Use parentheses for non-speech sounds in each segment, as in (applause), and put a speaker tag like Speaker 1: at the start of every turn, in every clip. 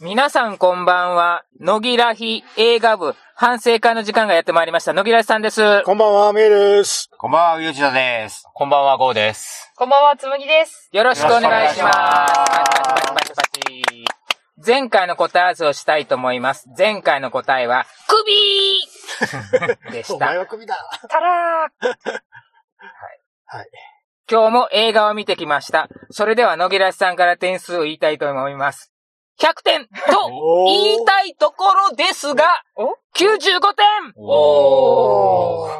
Speaker 1: 皆さんこんばんは。野木らひ映画部反省会の時間がやってまいりました。野木らひさんです。
Speaker 2: こんばんは、メイです。
Speaker 3: こんばんは、ゆうじだです。
Speaker 4: こんばんは、ゴーです。
Speaker 5: こんばんは、つむぎです。
Speaker 1: よろしくお願いします。
Speaker 3: よろしくお願いします
Speaker 1: パチパチパチパチパチ前回の答え合わせをしたいと思います。前回の答えは、
Speaker 5: 首
Speaker 1: でし
Speaker 2: お
Speaker 1: た
Speaker 2: 前。は首だ。
Speaker 5: たらー
Speaker 1: 今日も映画を見てきました。それでは野木らしさんから点数を言いたいと思います。100点と
Speaker 2: お
Speaker 1: 言いたいところですが
Speaker 5: お、
Speaker 1: 95点
Speaker 2: おー。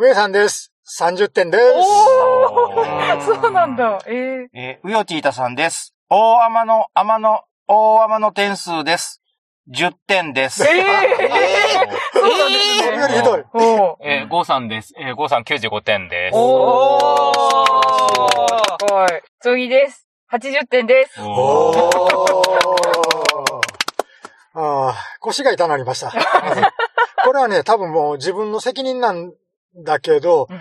Speaker 2: メイさんです。30点です。
Speaker 5: おー
Speaker 3: おー
Speaker 5: (laughs) そうなんだ。えー、
Speaker 3: えー、うよちいたさんです。大天の、天の、大天の点数です。10点です。
Speaker 5: えー、そうなんです
Speaker 2: 僕よ
Speaker 5: ね。
Speaker 2: りひどい。
Speaker 5: おー。
Speaker 4: えー、ゴーさんです。えー、ゴーさん95点です。
Speaker 1: おー
Speaker 5: はい。つむぎです。80点です。
Speaker 2: お
Speaker 4: おー
Speaker 2: ーああ、腰が痛なりました。これはね、多分もう自分の責任なんだけど、
Speaker 5: うん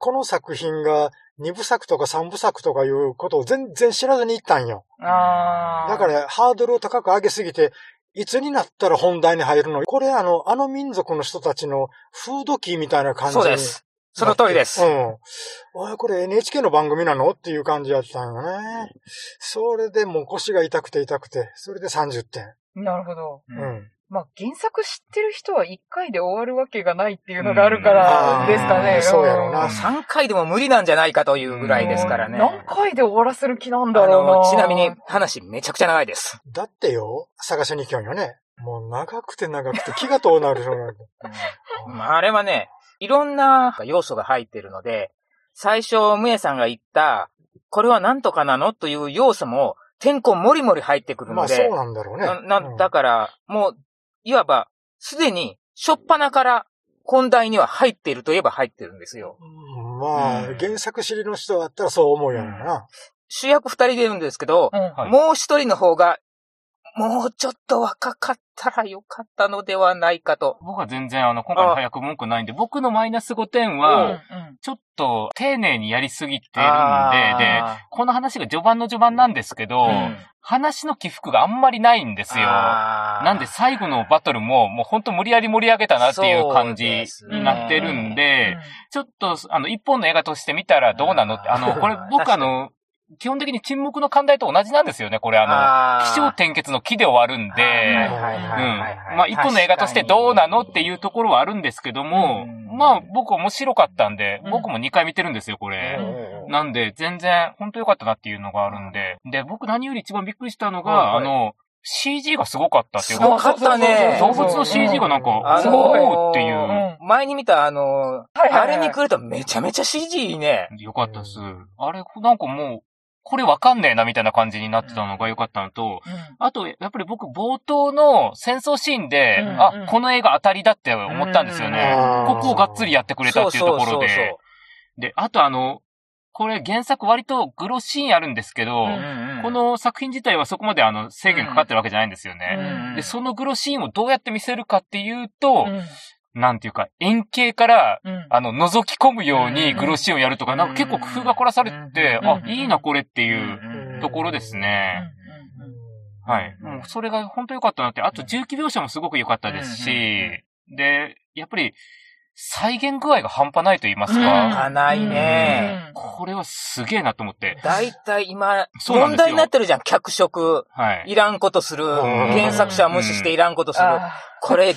Speaker 2: この作品が2部作とか3部作とかいうことを全然知らずに行ったんよ。
Speaker 5: あー。
Speaker 2: だから、ハードルを高く上げすぎて、いつになったら本題に入るのこれあの、あの民族の人たちのフードキーみたいな感じ
Speaker 1: そう
Speaker 2: に
Speaker 1: です。その通りです。
Speaker 2: うん。おい、これ NHK の番組なのっていう感じやってたんよね。それでもう腰が痛くて痛くて、それで30点。
Speaker 5: なるほど。
Speaker 2: う。
Speaker 4: うんん
Speaker 5: まあ、原作知ってる人は1回で終わるわけがないっていうのがあるか
Speaker 2: う
Speaker 5: ら
Speaker 2: ん
Speaker 5: ですか
Speaker 2: あ
Speaker 5: ね
Speaker 2: ー。そうやろうな
Speaker 5: うん
Speaker 1: 3回でも無理なんじゃないかというぐらいですからね。
Speaker 5: 何回で終わらせる気なんだ
Speaker 1: あ
Speaker 5: ろう
Speaker 1: の
Speaker 5: な。
Speaker 1: ちなみに話めちゃくちゃ長いです。
Speaker 2: だってよ、探しに行きよんよね。もう長くて長くて気が遠なるそうなんだ。
Speaker 1: まああれはね、いろんな要素が入っているので、最初、むえさんが言った、これは何とかなのという要素も、てんこ盛り盛り入ってくる (laughs) の
Speaker 2: まあそう
Speaker 1: で、
Speaker 2: なんだろうね。
Speaker 1: ななだから、もう、いわば、すでに、しょっぱなから、本題には入っているといえば入ってるんですよ。
Speaker 2: うんまあ、
Speaker 4: うん
Speaker 2: 原作知りの人だったらそう思うやろうな。
Speaker 1: 主役二人出るんですけど、
Speaker 5: うん。
Speaker 4: はい
Speaker 1: もう一人の方が、もうちょっと若かったらよかったのではないかと。
Speaker 4: 僕は全然、あの、今回の早く文句ないんで、僕のマイナス5点は、ちょっと、丁寧にやりすぎてるんで、で、
Speaker 1: あ
Speaker 4: この話が序盤の序盤なんですけど、
Speaker 1: ー、
Speaker 4: 話の起伏があんまりないんですよ。
Speaker 1: あー
Speaker 4: なんで最後のバトルも、もうほんと無理やり盛り上げたなっていう感じになってるんで、ちょっと、あの、一本の映画として見たらどうなのって、
Speaker 1: あ
Speaker 4: あ
Speaker 1: ー (laughs)
Speaker 4: の、これ
Speaker 1: 確
Speaker 4: 僕
Speaker 1: か
Speaker 4: あ
Speaker 1: に
Speaker 4: の、基本的に沈黙の寛大と同じなんですよね、これあの、気象
Speaker 1: っ
Speaker 4: 点結の木で終わるん
Speaker 2: はい
Speaker 4: で、うん。まあ、一本の映画としてどうなのっていうところはあるんですけども
Speaker 1: うん、
Speaker 4: まあ、僕面白かったんで
Speaker 5: う、ん
Speaker 4: 僕も2回見てるんですよ、これ。
Speaker 5: うん
Speaker 4: なんで、全然、ほんと良かったなっていうのがあるんで。で、僕何より一番びっくりしたのが、
Speaker 1: はいはい
Speaker 4: あの、CG がすごかったってい
Speaker 1: す
Speaker 4: う
Speaker 1: ごかっ
Speaker 4: か、
Speaker 1: たね
Speaker 4: 動物の CG がなんか、
Speaker 1: あのー
Speaker 4: おーってい
Speaker 5: うん。
Speaker 4: う。
Speaker 1: 前に見た、あのー、
Speaker 5: はいはいはい
Speaker 1: あれに来るとめちゃめちゃ CG いいね。
Speaker 4: よかったっす。あれ、なんかもう、これわかんねえなみたいな感じになってたのが良かったのと、あと、やっぱり僕、冒頭の戦争シーンで、
Speaker 5: うんうん
Speaker 4: あ、この映画当たりだって思ったんですよね。
Speaker 2: あー
Speaker 4: ここをがっつりやってくれたっていうところで。で、あとあの、これ原作割とグロシーンあるんですけど、
Speaker 5: う
Speaker 1: そうそうそうそう。
Speaker 4: こ、の作品自体はそこまであの制限かかってるわけじゃないんですよね。
Speaker 5: うん
Speaker 4: で、そのグロシーンをどうやって見せるかっていうと、
Speaker 5: うん。
Speaker 4: なんていうか、円形から、
Speaker 5: うん。
Speaker 4: あの、覗き込むよう
Speaker 1: う
Speaker 4: に
Speaker 1: ん
Speaker 4: グロシーンをやるとか、
Speaker 1: うん
Speaker 4: なんか結構工夫が凝らされてて、
Speaker 5: うん
Speaker 4: あ、いいなこれって
Speaker 1: て
Speaker 4: いうところですね。
Speaker 5: うんうん
Speaker 4: はい。もうそれが本当良かったなって、あと重機描写もすごく良かったです
Speaker 1: うんう
Speaker 4: し、で、やっぱり、再現具合が半端ないと言います
Speaker 5: うん
Speaker 4: か、
Speaker 1: かないね。
Speaker 4: これはすげえなと思って、
Speaker 1: だいたい今、
Speaker 4: そうなん
Speaker 1: 問
Speaker 4: ですよ
Speaker 1: 題になってるじゃん。脚色。
Speaker 4: はい。
Speaker 1: いらんことする。
Speaker 2: ん
Speaker 1: 原作者は無視していらんことする。
Speaker 5: あ
Speaker 1: これ、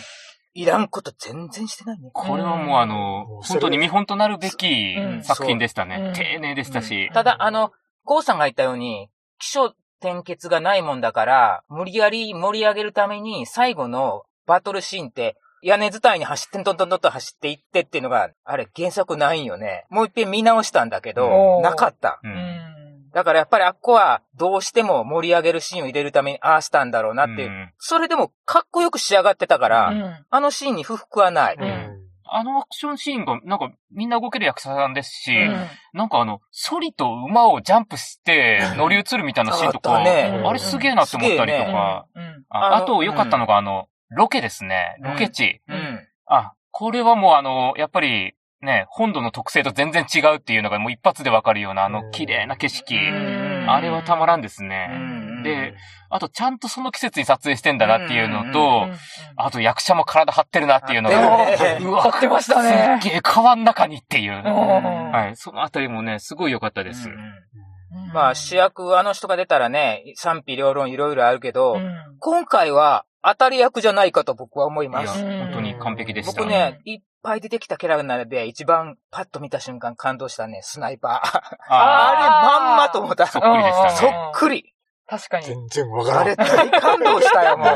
Speaker 1: いらんこと全然してないね。
Speaker 4: これはもうあの、
Speaker 2: うん
Speaker 4: 本当に見本となるべき
Speaker 5: うん
Speaker 4: 作品でした
Speaker 5: う
Speaker 4: ね
Speaker 5: ん。
Speaker 4: 丁寧でしたし。
Speaker 1: ただ、あの、ゴーさんが言ったように、気象転結がないもんだから、無理やり盛り上げるために、最後のバトルシーンって、屋根伝いに走ってん、どんどんどんと走っていってっていうのが、あれ原作ないんよね。もう一遍見直したんだけど
Speaker 5: お、ー
Speaker 1: なかった。
Speaker 4: う
Speaker 5: ーうんん
Speaker 1: だからやっぱりあっこは、どうしても盛り上げるシーンを入れるために、ああしたんだろうなっていう。
Speaker 4: うん
Speaker 1: それでも、かっこよく仕上がってたから、
Speaker 5: うん
Speaker 1: あのシーンに不服はない。
Speaker 5: うん
Speaker 4: あのアクションシーンが、なんか、みんな動ける役者さんですし、
Speaker 5: うん
Speaker 4: なんかあの、ソリと馬をジャンプして乗り移るみたいなシーンとか、
Speaker 1: あったね
Speaker 4: あれすげえなって思ったりと
Speaker 1: すげえ
Speaker 4: か、
Speaker 5: うん
Speaker 4: あ
Speaker 1: あの
Speaker 4: あと良かったのがあの、ロケですね。ロケ地。
Speaker 1: う
Speaker 5: うんん。
Speaker 4: あ、これはもうあの、やっぱり、ね、本土の特性と全然違うっていうのがもう一発でわかるようなあ
Speaker 2: う
Speaker 4: の
Speaker 2: ん
Speaker 4: 綺麗な景色。
Speaker 5: うん
Speaker 4: あれはたまらんです
Speaker 1: うんう
Speaker 4: ね。
Speaker 1: んうん
Speaker 4: で、あとちゃんとその季節に撮影してんだなっていうのと、
Speaker 3: うん
Speaker 5: うん
Speaker 4: あと役者も体張ってるなっていうのが、
Speaker 1: 張ってるね
Speaker 4: うわ、
Speaker 5: 張ってましたね
Speaker 4: すっげえ川の中にっていう。
Speaker 5: うん
Speaker 4: はい。そのあたりもね、すごい良かったです。
Speaker 5: うん
Speaker 1: まあ主役、あの人が出たらね、賛否両論いろいろあるけど、
Speaker 5: うん
Speaker 1: 今回は当たり役じゃないかと僕は思い
Speaker 4: い
Speaker 1: ま
Speaker 4: や、
Speaker 1: す。
Speaker 5: うん
Speaker 4: 本当に完璧でした。
Speaker 1: 僕ね、いっぱい出てきたキャラの中で一番パッと見た瞬間感動したね、スナイパー。あ
Speaker 4: あ
Speaker 5: ー
Speaker 1: れまんまと思った。
Speaker 4: そ
Speaker 1: そ
Speaker 4: っくりでしたね
Speaker 5: うん
Speaker 1: っくり。
Speaker 5: 確かに。
Speaker 2: 全然わか
Speaker 1: あ
Speaker 2: ら
Speaker 1: れ
Speaker 2: ん。
Speaker 1: 大感動したよ、もう。
Speaker 4: ー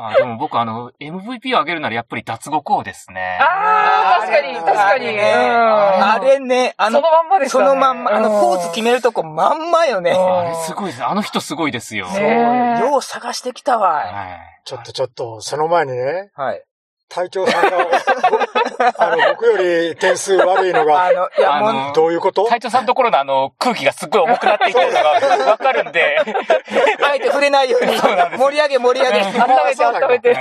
Speaker 4: あーでも僕あの、MVP を上げるならやっぱり脱獄王ですね。
Speaker 5: ああ、
Speaker 1: あ
Speaker 5: 確
Speaker 1: ー
Speaker 5: かに、確
Speaker 1: あ
Speaker 5: か
Speaker 1: れ
Speaker 5: に。
Speaker 1: ね
Speaker 5: うん
Speaker 1: あれね、あ
Speaker 5: そ
Speaker 1: の
Speaker 5: の、まんまでした
Speaker 1: そ
Speaker 5: ね。
Speaker 1: のまんま、あの、ポーズ決めるとこまんまよね。
Speaker 5: うん
Speaker 4: あれすごいです。あの人すごいですよ。
Speaker 1: そう
Speaker 5: ねえ
Speaker 1: よう探してきたわ。
Speaker 4: はい。
Speaker 2: ちょっとちょっと、その前にね、
Speaker 1: はい。
Speaker 2: 隊長さん
Speaker 3: (laughs)
Speaker 2: が、あの、僕より点数悪いの
Speaker 1: あ
Speaker 2: が、
Speaker 1: の、いや、
Speaker 4: あの
Speaker 1: もう、
Speaker 2: どういうこと
Speaker 4: 隊長さんのところのあの、空気がすっごい重くなっていってるのがわかるんで。
Speaker 1: あえて触れないように、盛り上げ盛り上げ。
Speaker 5: 温めて、温めて。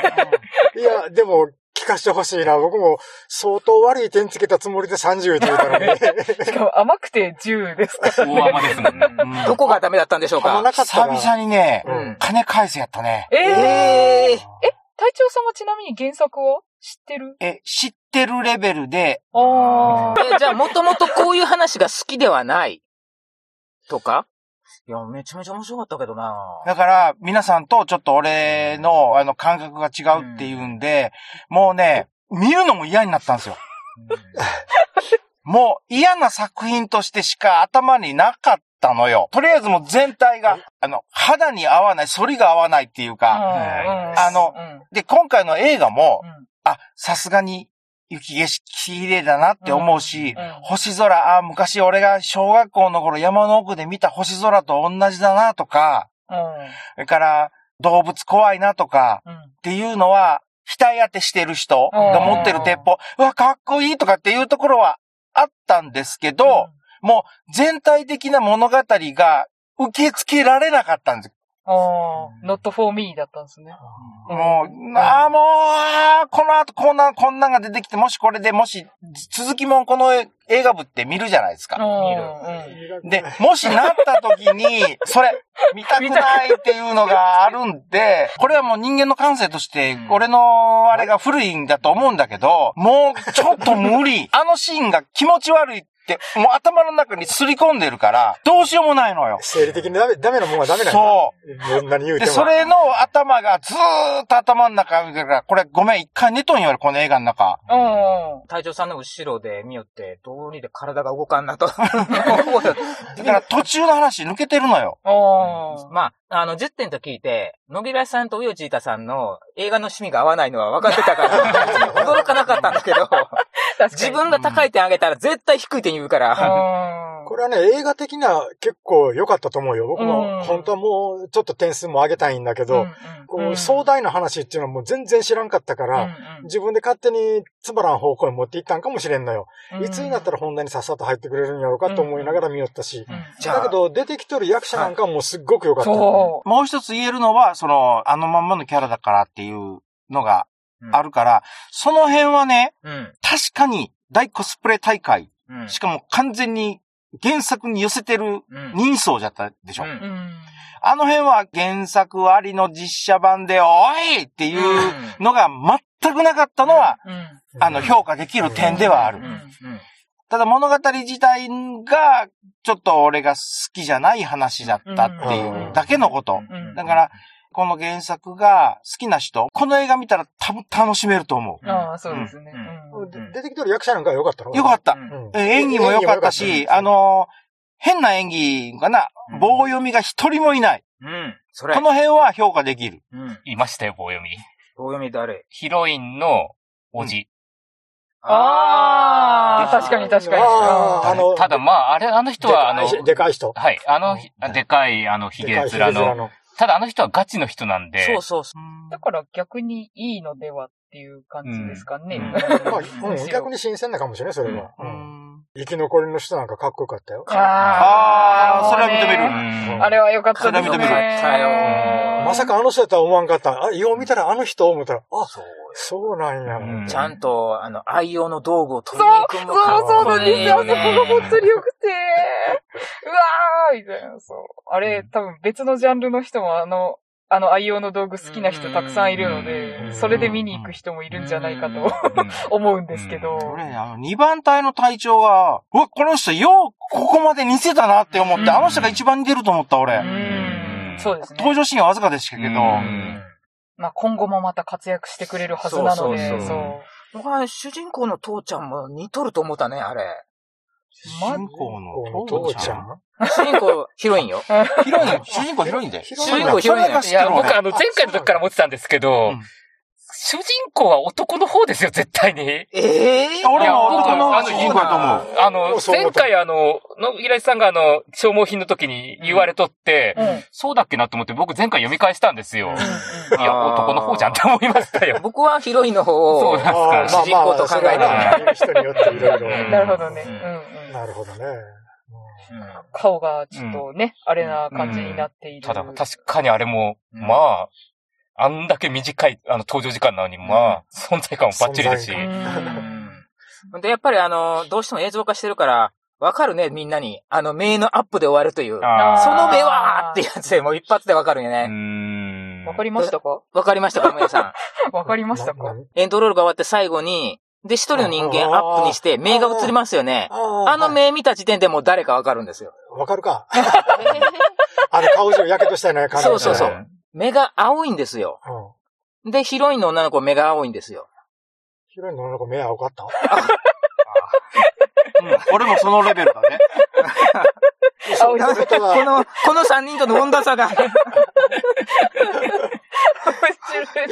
Speaker 2: いや、でも、聞かしてほしいな。僕も、相当悪い点つけたつもりで30言って
Speaker 3: (laughs)
Speaker 2: たのに、
Speaker 5: しかも甘くて10ですからね。
Speaker 4: 大甘ですもんね。
Speaker 3: うん
Speaker 1: どこがダメだったんでしょう
Speaker 2: 噛ま
Speaker 1: か
Speaker 2: なかった
Speaker 3: 久
Speaker 2: な。
Speaker 3: 々にね、
Speaker 1: うん
Speaker 3: 金返せやったね。
Speaker 5: ええ
Speaker 1: ええ
Speaker 5: 隊長様ちなみに原作を知ってる
Speaker 3: え、知ってるレベルで、
Speaker 5: ああ。
Speaker 1: え、じゃあ、もともとこういう話が好きではないとかいや、めちゃめちゃ面白かったけどな
Speaker 3: だから、皆さんとちょっと俺の、あの、感覚が違うっていうんで、もうね、見るのも嫌になったんですよ。もう嫌な作品としてしか頭になかったのよ。とりあえずもう全体が、あの、肌に合わない、反りが合わないっていうか、あの
Speaker 5: うん
Speaker 3: で、今回の映画も、
Speaker 5: うん
Speaker 3: あ、さすがに雪景色綺麗だなって思うし、
Speaker 5: うんうん
Speaker 3: 星空、あ、昔俺が小学校の頃山の奥で見た星空と同じだなとか、それから動物怖いなとか
Speaker 5: うん
Speaker 3: っていうのは、額当てしてる人が持ってる鉄砲、うわ、かっこいいとかっていうところはあったんですけど、もう全体的な物語が受け付けられなかったんです。
Speaker 5: うんああ、not for me だったんですね。
Speaker 3: もう、ああ、もう、ああ、この後こんな、こんなんが出てきて、もしこれでもし、続きもんこの映画部って見るじゃないですか。
Speaker 5: 見
Speaker 1: る
Speaker 3: で、もしなった時に、それ、見たくないっていうのがあるんで、これはもう人間の感性として、俺のあれが古いんだと思うんだけど、もうちょっと無理。あのシーンが気持ち悪いって、もう頭の中にすり込んでるから、どうしようもないのよ。
Speaker 2: 生理的にダメ、ダメなもんはダメなんだ。
Speaker 3: そう。
Speaker 2: どんなに言うて
Speaker 3: で、
Speaker 2: も。
Speaker 3: それの頭がずーっと頭の中見てるから、これごめん、一回寝とんよ、俺この映画の中。
Speaker 5: うん。うん
Speaker 1: 隊長さんの後ろで見よって、どうにで体が動かん
Speaker 3: (laughs)
Speaker 1: なと。思った
Speaker 3: だから途中の話抜けてるのよ。
Speaker 5: あ
Speaker 1: まあ、あの、10点と聞いて、野木らさんとウヨジータさんの映画の趣味が合わないのは分かってた
Speaker 3: (laughs)
Speaker 1: から、驚かなかったんだけど、
Speaker 5: あ。確か
Speaker 1: 自
Speaker 5: に。
Speaker 1: 分が高い点上げたら絶対低い点言うから、
Speaker 5: あ
Speaker 2: これはね、映画的な結構良かったと思うよ。僕
Speaker 5: うん
Speaker 2: も、本当はもうちょっと点数も上げたいんだけど、こう壮大な話っていうのはもう全然知らんかったから、自分で勝手につまらん方向に持っていったんかもしれんのよ。いつになったら
Speaker 5: ら、
Speaker 2: 本題にさっさと入ってくれるんやろうかと思いながら見よったし。
Speaker 5: うん
Speaker 1: じゃあ
Speaker 2: だけど、出てきとる役者なんかもすっごく良かった。
Speaker 5: そ
Speaker 3: もう一つ言えるのは、その、あのまんまのキャラだからっていうのが
Speaker 1: うん
Speaker 3: あるから、その辺はね、
Speaker 1: うん。
Speaker 3: 確かに大コスプレ大会、
Speaker 1: うん。
Speaker 3: しかも完全に原作に寄せてる
Speaker 1: うん
Speaker 3: 人相じゃったでしょ。
Speaker 1: うん
Speaker 5: う。うん。
Speaker 3: あの辺は原作ありの実写版で、おいっていうのが全くなかったのは、
Speaker 5: うん。
Speaker 3: あの、評価できる点ではある
Speaker 1: うん。。うん
Speaker 3: ただ物語自体が、ちょっと俺が好きじゃない話だったっていうだけのこと。
Speaker 5: うん
Speaker 3: だから、この原作が好きな人、この映画見たら多分楽しめると思
Speaker 5: ああ、そうですね。
Speaker 1: う
Speaker 5: うんん
Speaker 2: で出てきとる役者なんかは良かったろ
Speaker 3: う。よかった。
Speaker 1: うん
Speaker 2: うん
Speaker 3: え演技も良かったし、あ、の、変な演技かな
Speaker 1: うん、
Speaker 3: 棒読みが一人もいない。
Speaker 1: うん。それ。
Speaker 3: この辺は評価できる。
Speaker 1: うん。
Speaker 4: いましたよ、棒読み。
Speaker 1: 棒読み誰
Speaker 4: ヒロインのおじ。
Speaker 5: ああ、確かに確かに。
Speaker 2: あーあの
Speaker 4: ただまあ、あれ、あの人は、あの、
Speaker 2: でかい人。
Speaker 4: はい、あのひ、でかい、あの、ひ
Speaker 2: でか
Speaker 4: げ
Speaker 2: い人。
Speaker 4: 面
Speaker 2: ひげ面
Speaker 4: の。ただあの人はガチの人なんで。
Speaker 1: そうそうそ
Speaker 5: だから逆にいいのではっていう感じですかね。
Speaker 4: うん
Speaker 2: まあ、うん逆に新鮮なかもしれない、それは。
Speaker 3: うん
Speaker 2: 生き残りの人なんかかっこよかったよ。
Speaker 3: あーそれは認める
Speaker 5: もうねあれは良かったですね。
Speaker 3: それは認め
Speaker 1: るさよ
Speaker 2: まさかあの人やったら思わんかった。あ、よう見たらあの人思ったら、あ、
Speaker 1: そうよ
Speaker 2: そうなんや。
Speaker 3: うん
Speaker 1: ちゃんと、あの、愛用の道具を取りに行く
Speaker 5: そう、
Speaker 1: もかっ
Speaker 5: そう
Speaker 1: こ
Speaker 5: なん
Speaker 1: い
Speaker 5: で
Speaker 1: い
Speaker 5: すよ。
Speaker 1: よ
Speaker 5: あそこ
Speaker 1: ね
Speaker 5: が本当に良くて。うわーみたいな、そう。あれ、多分別のジャンルの人もあの、あの愛用の道具好きな人たくさんいるの
Speaker 1: うん
Speaker 5: で、それで見に行く人もいるんじゃないかと思うんですけど。
Speaker 3: 俺、あの、二番隊の隊長が、うわ、この人、よう、ここまで似せたなって思って、
Speaker 5: うん
Speaker 3: あの人が一番似てると思った、
Speaker 5: う
Speaker 3: 俺。
Speaker 5: ん、そうです
Speaker 3: 登
Speaker 5: ね。
Speaker 3: 場シーンはわずかでしたけど、
Speaker 4: うん
Speaker 5: まあ今後もまた活躍してくれるはずなので、
Speaker 1: そ
Speaker 5: そうう
Speaker 1: そうそう僕は主人公の父ちゃんも似とると思ったね、あれ。
Speaker 3: 主人公の
Speaker 2: 父
Speaker 3: 父
Speaker 2: ち
Speaker 3: ち
Speaker 2: ゃ
Speaker 3: ゃ
Speaker 2: ん
Speaker 3: ん。
Speaker 1: 主人公、ヒロイン
Speaker 3: (laughs)
Speaker 1: よ。
Speaker 3: ヒロイン、主人公ヒロインで。
Speaker 1: 主人公ヒ
Speaker 3: そ
Speaker 1: ロイン
Speaker 3: れ
Speaker 1: よ
Speaker 3: が。知っ
Speaker 4: い
Speaker 3: てる
Speaker 4: や、
Speaker 3: 俺
Speaker 4: 僕あの、前回の時から思ってたんですけど、
Speaker 3: うん
Speaker 4: 主人公は男の方ですよ、絶対に。
Speaker 1: ええ
Speaker 3: 俺も男
Speaker 4: いや
Speaker 3: の
Speaker 4: 僕
Speaker 3: 主人公だと思う。
Speaker 4: あ
Speaker 2: も
Speaker 4: の
Speaker 2: う、そう思
Speaker 4: 前
Speaker 2: った
Speaker 4: 回あの、野平井さんがあの、消耗品の時に言われとって、
Speaker 5: うんうん
Speaker 4: そうだっけなと思って僕前回読み返したんですよ。いや、
Speaker 1: あー
Speaker 4: 男の方じゃんって思いましたよ。
Speaker 1: 僕はヒロインの方
Speaker 4: そ
Speaker 1: を
Speaker 4: うなんです
Speaker 2: あー。
Speaker 4: か
Speaker 1: 主人公と考えた
Speaker 2: まあまあそれはな人によっていろいろ。
Speaker 4: うん
Speaker 5: なるほどね。
Speaker 1: う
Speaker 5: うんんうん
Speaker 2: なるほどね。
Speaker 5: 顔がちょっとね、あれな感じになっている。
Speaker 4: ただ、確かにあれも、
Speaker 1: うん
Speaker 4: まあ、あんだけ短い、あの、登場時間なのに、まあ、存在感もバッチリですし
Speaker 2: 存。
Speaker 5: う
Speaker 1: うんん。で、やっぱりあの、どうしても映像化してるから、わかるね、みんなに。あの、目のアップで終わるという。
Speaker 4: あ
Speaker 1: その目はーってやつでもう一発でわかるよ
Speaker 4: ーうー
Speaker 1: ね。
Speaker 4: ん。
Speaker 5: (laughs) わかりましたか
Speaker 1: わかりましたか、皆さん。 (laughs)
Speaker 5: わかりましたか
Speaker 2: なな
Speaker 1: エンドロールが終わって最後に、で、一人の人間アップにして、目が映りますよね。
Speaker 2: あー
Speaker 1: あの
Speaker 2: は
Speaker 1: 目見た時点でもう誰かわかるんです
Speaker 4: (laughs)
Speaker 1: よ。
Speaker 2: いわかるか。あの顔中やけどしたよね、感じ。
Speaker 1: そうそう
Speaker 4: うん
Speaker 1: 目が青いんですよ。
Speaker 2: うん。
Speaker 1: で、ヒロインの女の子目が青いんですよ。
Speaker 2: ヒロインの女の子目青かった
Speaker 3: うん俺もそのレベルだね。
Speaker 5: 青い
Speaker 1: こ
Speaker 5: 人
Speaker 1: の、この三人との温度差が。
Speaker 5: 面白い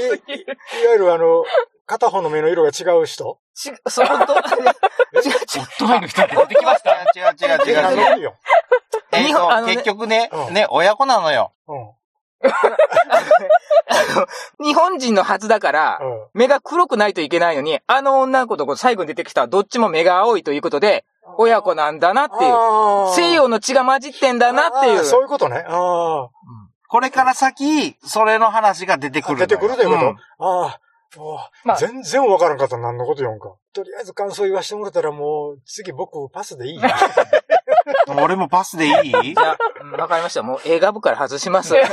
Speaker 5: すぎる。
Speaker 2: いわゆるあの、片方の目の色が違う人
Speaker 1: ち、そう、本当 (laughs)
Speaker 4: オットラインの人が出てきま
Speaker 3: (laughs)
Speaker 4: した。
Speaker 3: 違う違う違う違う。
Speaker 2: 何よ。
Speaker 3: えっ
Speaker 1: 日本あの
Speaker 3: と、
Speaker 1: ね
Speaker 3: 結局ね
Speaker 2: う、ん
Speaker 3: ね、親子なのよ。
Speaker 2: う
Speaker 1: 日本人のはずだから、
Speaker 2: ん。うん。
Speaker 1: 目が黒くないといけないのに、あの女の子とこう最後に出てきたどっちも目が青いということで、親子なんだなっていう。
Speaker 2: あー
Speaker 1: 西洋の血が混じってんだなってい
Speaker 2: あー
Speaker 1: う。
Speaker 2: そういうことね。あ
Speaker 3: これから先、それの話が出て
Speaker 2: あ。
Speaker 3: くるのよ。
Speaker 2: 出てくるということ、
Speaker 3: ん
Speaker 2: ああ。もう
Speaker 5: まあ
Speaker 2: 全然わからんかった。何のこと言うんか。とりあえず感想言わしてもらったらもう、次僕パスでいい。
Speaker 3: 俺もパスでいい
Speaker 1: じゃあうんわかりました。もう映画部から外します。
Speaker 2: いや、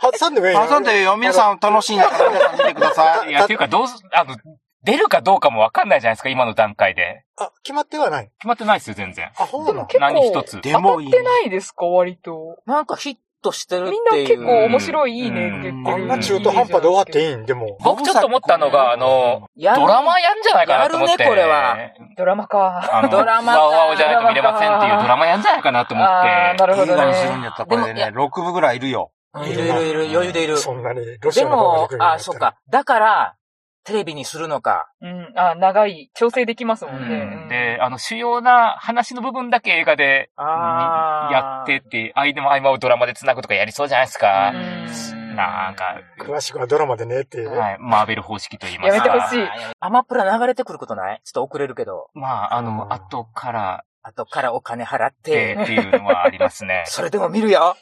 Speaker 2: 外さんでもいい
Speaker 3: パスでよ、皆さん楽しいんだから皆さん見てくださ
Speaker 4: い
Speaker 3: い。
Speaker 4: や、っていうか、どうす、あの、出るかどうかもわかんないじゃないですか、今の段階で。
Speaker 2: あ、決まってはない。
Speaker 4: 決まってないですよ、全然。
Speaker 2: あ、ほうな
Speaker 5: で
Speaker 2: ん
Speaker 5: も。結構
Speaker 4: 何一つ。
Speaker 5: 当
Speaker 3: で
Speaker 5: た
Speaker 3: も
Speaker 5: っ
Speaker 3: いい
Speaker 5: て。ないですか割と。
Speaker 1: なんかヒットしてる
Speaker 5: みん
Speaker 1: っ
Speaker 5: な
Speaker 1: ていう。
Speaker 5: 結構面白い、いいねって言って
Speaker 2: あ
Speaker 5: る。
Speaker 2: んな中途半端で終わっていいんでも。
Speaker 4: 僕ちょっと思ったのが、あの、
Speaker 1: やるね
Speaker 4: ドラマやんじゃないかなと思って。
Speaker 1: やるねこれは
Speaker 5: ドラマか。
Speaker 4: あの、
Speaker 1: ドラマか
Speaker 4: ワオワオじゃないと見れませんっていうドラマやんじゃないかなと思っ
Speaker 5: ああ、な
Speaker 4: て。
Speaker 5: るほど
Speaker 3: 映画にするん
Speaker 5: ね。
Speaker 3: やったらこ
Speaker 1: で
Speaker 3: れでね、6部ぐらいいるよ。
Speaker 1: いるいるいる、余裕でいる。
Speaker 2: そんなに、ロシ
Speaker 1: で
Speaker 2: アの方
Speaker 1: も
Speaker 2: が出てくる、よ
Speaker 1: あ、
Speaker 2: になったら
Speaker 1: そっ。か。だから、テレビにするのか。
Speaker 5: うん。あ長い。調整できますも
Speaker 4: うん
Speaker 5: ね
Speaker 4: ん。で、あの、主要な話の部分だけ映画で、
Speaker 1: あー
Speaker 4: やってって、間も合間をドラマで繋ぐとかやりそうじゃないですか。
Speaker 5: うん
Speaker 4: なんか、
Speaker 2: 詳しくはドラマでねっていうね。
Speaker 4: はい、マーベル方式と言います
Speaker 5: やめて
Speaker 4: か。
Speaker 5: ほしい。
Speaker 1: アマプラ流れてくることないちょっと遅れるけど。
Speaker 4: まあ、あ
Speaker 2: うん
Speaker 4: の、後から
Speaker 1: 後からお金払っ
Speaker 4: で
Speaker 1: て、。
Speaker 4: っていうのはありますね
Speaker 1: (laughs) それでも見るよ。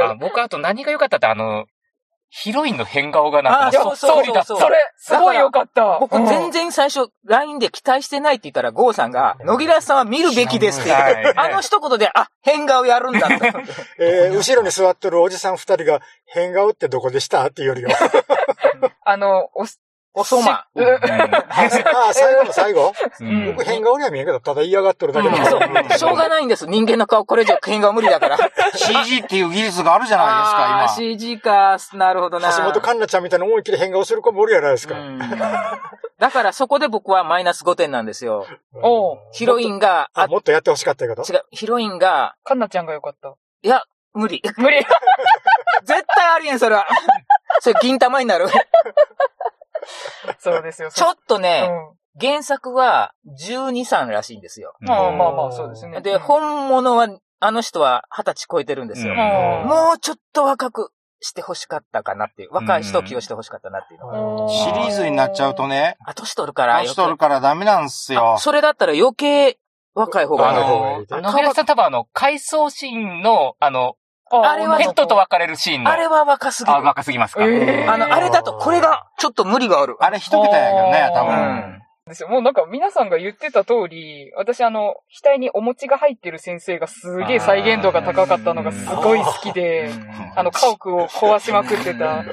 Speaker 4: あ僕、あと何が良かったって、あの、ヒロインの変顔がなん
Speaker 1: あ
Speaker 4: か、
Speaker 1: そうそうそうそう
Speaker 5: それ、すごいよかった。
Speaker 1: 僕
Speaker 5: うん
Speaker 1: 全然最初、LINE で期待してないって言ったら、ゴーさんが、野木らさんは見るべきですって言って、
Speaker 4: はい
Speaker 1: あの一言で、あ、変顔やるんだって。 (laughs)
Speaker 2: えー後ろに座ってるおじさん二人が、変顔ってどこでしたっていう
Speaker 1: (laughs)
Speaker 2: よりは。
Speaker 5: あの、おす、
Speaker 1: おそま。
Speaker 5: しうん
Speaker 2: あ、最後の最後
Speaker 4: うんうん
Speaker 2: 僕変顔には見えんけど、ただ嫌がってるだけだ
Speaker 1: そうしょうがないんです。人間の顔、これ以上変顔無理だ (laughs) から。
Speaker 3: CG っていう技術があるじゃない
Speaker 1: あ
Speaker 3: で
Speaker 1: ー
Speaker 3: すか、
Speaker 1: CG か、なるほどな。
Speaker 2: 橋本環奈ちゃんみたいな思いっきり変顔する子もおるやないですか。
Speaker 1: うんだからそこで僕はマイナス5点なんですよ。
Speaker 5: おう
Speaker 1: ヒロイ
Speaker 2: ン。
Speaker 1: ンが、あ、
Speaker 2: あ、もっとやってほしかったけど。
Speaker 1: 違う、ヒロインが、
Speaker 5: かんなちゃんがよかった。
Speaker 1: いや、無理。 (laughs)
Speaker 5: 無理。
Speaker 1: 絶対ありえん、それ (laughs) は。 (laughs) それ銀玉になる。
Speaker 5: (laughs) そうですよ。
Speaker 1: ちょっとね、
Speaker 5: と。
Speaker 1: 原作は12、3らしいんですよ。
Speaker 5: うん。まあまあまあ、そうですね。
Speaker 1: で、本物は、あの人は20歳超えてるんですよ。
Speaker 4: うん
Speaker 5: うん
Speaker 1: もうちょっと若くして欲しかったかなっていう、若い人を起用して欲しかったなっていうのは。
Speaker 5: うん
Speaker 3: シリーズになっちゃうとね、
Speaker 1: あ、年取るから余計
Speaker 3: 年取るからダメなんすよ
Speaker 1: あ。それだったら余計若い方が
Speaker 4: あ
Speaker 1: いい
Speaker 2: の
Speaker 4: の、野村さん多分あの、回想シーンの、あの、
Speaker 5: あ
Speaker 1: あれは
Speaker 4: ペットと別れるシーンの、
Speaker 1: あれは若すぎ
Speaker 4: あ
Speaker 1: る。
Speaker 4: 若すぎますか。
Speaker 5: えー
Speaker 1: あの、あれだとこれがちょっと無理がある。
Speaker 3: あれ一桁やけどね、多
Speaker 1: う
Speaker 3: 分。
Speaker 1: ん。
Speaker 5: ですよ。もうなんか皆さんが言ってた通り、私あの、額にお餅が入ってる先生がすげえ再現度が高かったのがすごい好きで、あの、家屋を壊しまくってた。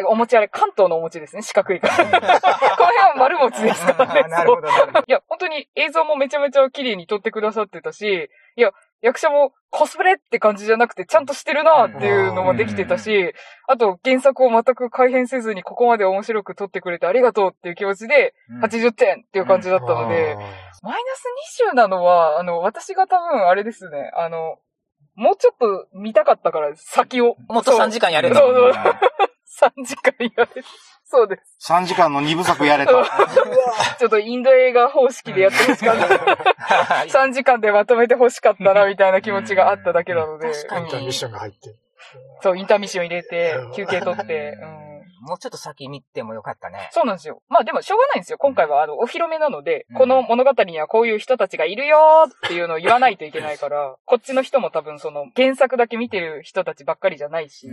Speaker 5: えお餅あれ、関東のお餅ですね、四角いから。この辺は丸餅ですか
Speaker 1: (laughs)
Speaker 5: らね。
Speaker 1: なるほど、なるほど。
Speaker 5: いや、本当に映像もめちゃめちゃ綺麗に撮ってくださってたし、いや、役者もコスプレって感じじゃなくてちゃんとしてるなっていうのもできてたし、あと原作を全く改変せずにここまで面白く撮ってくれてありがとうっていう気持ちで80点っていう感じだったので、マイナス20なのは、あの、私が多分あれですね、あの、もうちょっと見たかったから先を。
Speaker 1: もっと3時間やれ
Speaker 5: そう
Speaker 1: と。
Speaker 5: そうそう。3時間やれ。そうです。
Speaker 3: 3時間の2部作やれと。
Speaker 5: ちょっとインド映画方式でやってほしかった。3時間でまとめてほしかったな、みたいな気持ちがあっただけなので。
Speaker 1: 確か
Speaker 2: イン
Speaker 1: に
Speaker 2: ターミッションが入って。
Speaker 5: そう、インターミッション入れて、休憩取って。うん
Speaker 1: (laughs) もうちょっと先見てもよかったね。
Speaker 5: そうなんですよ。まあでもしょうがないんですよ。今回はあの、お披露目なので、この物語にはこういう人たちがいるよーっていうのを言わないといけないから、こっちの人も多分その、原作だけ見てる人たちばっかりじゃないし。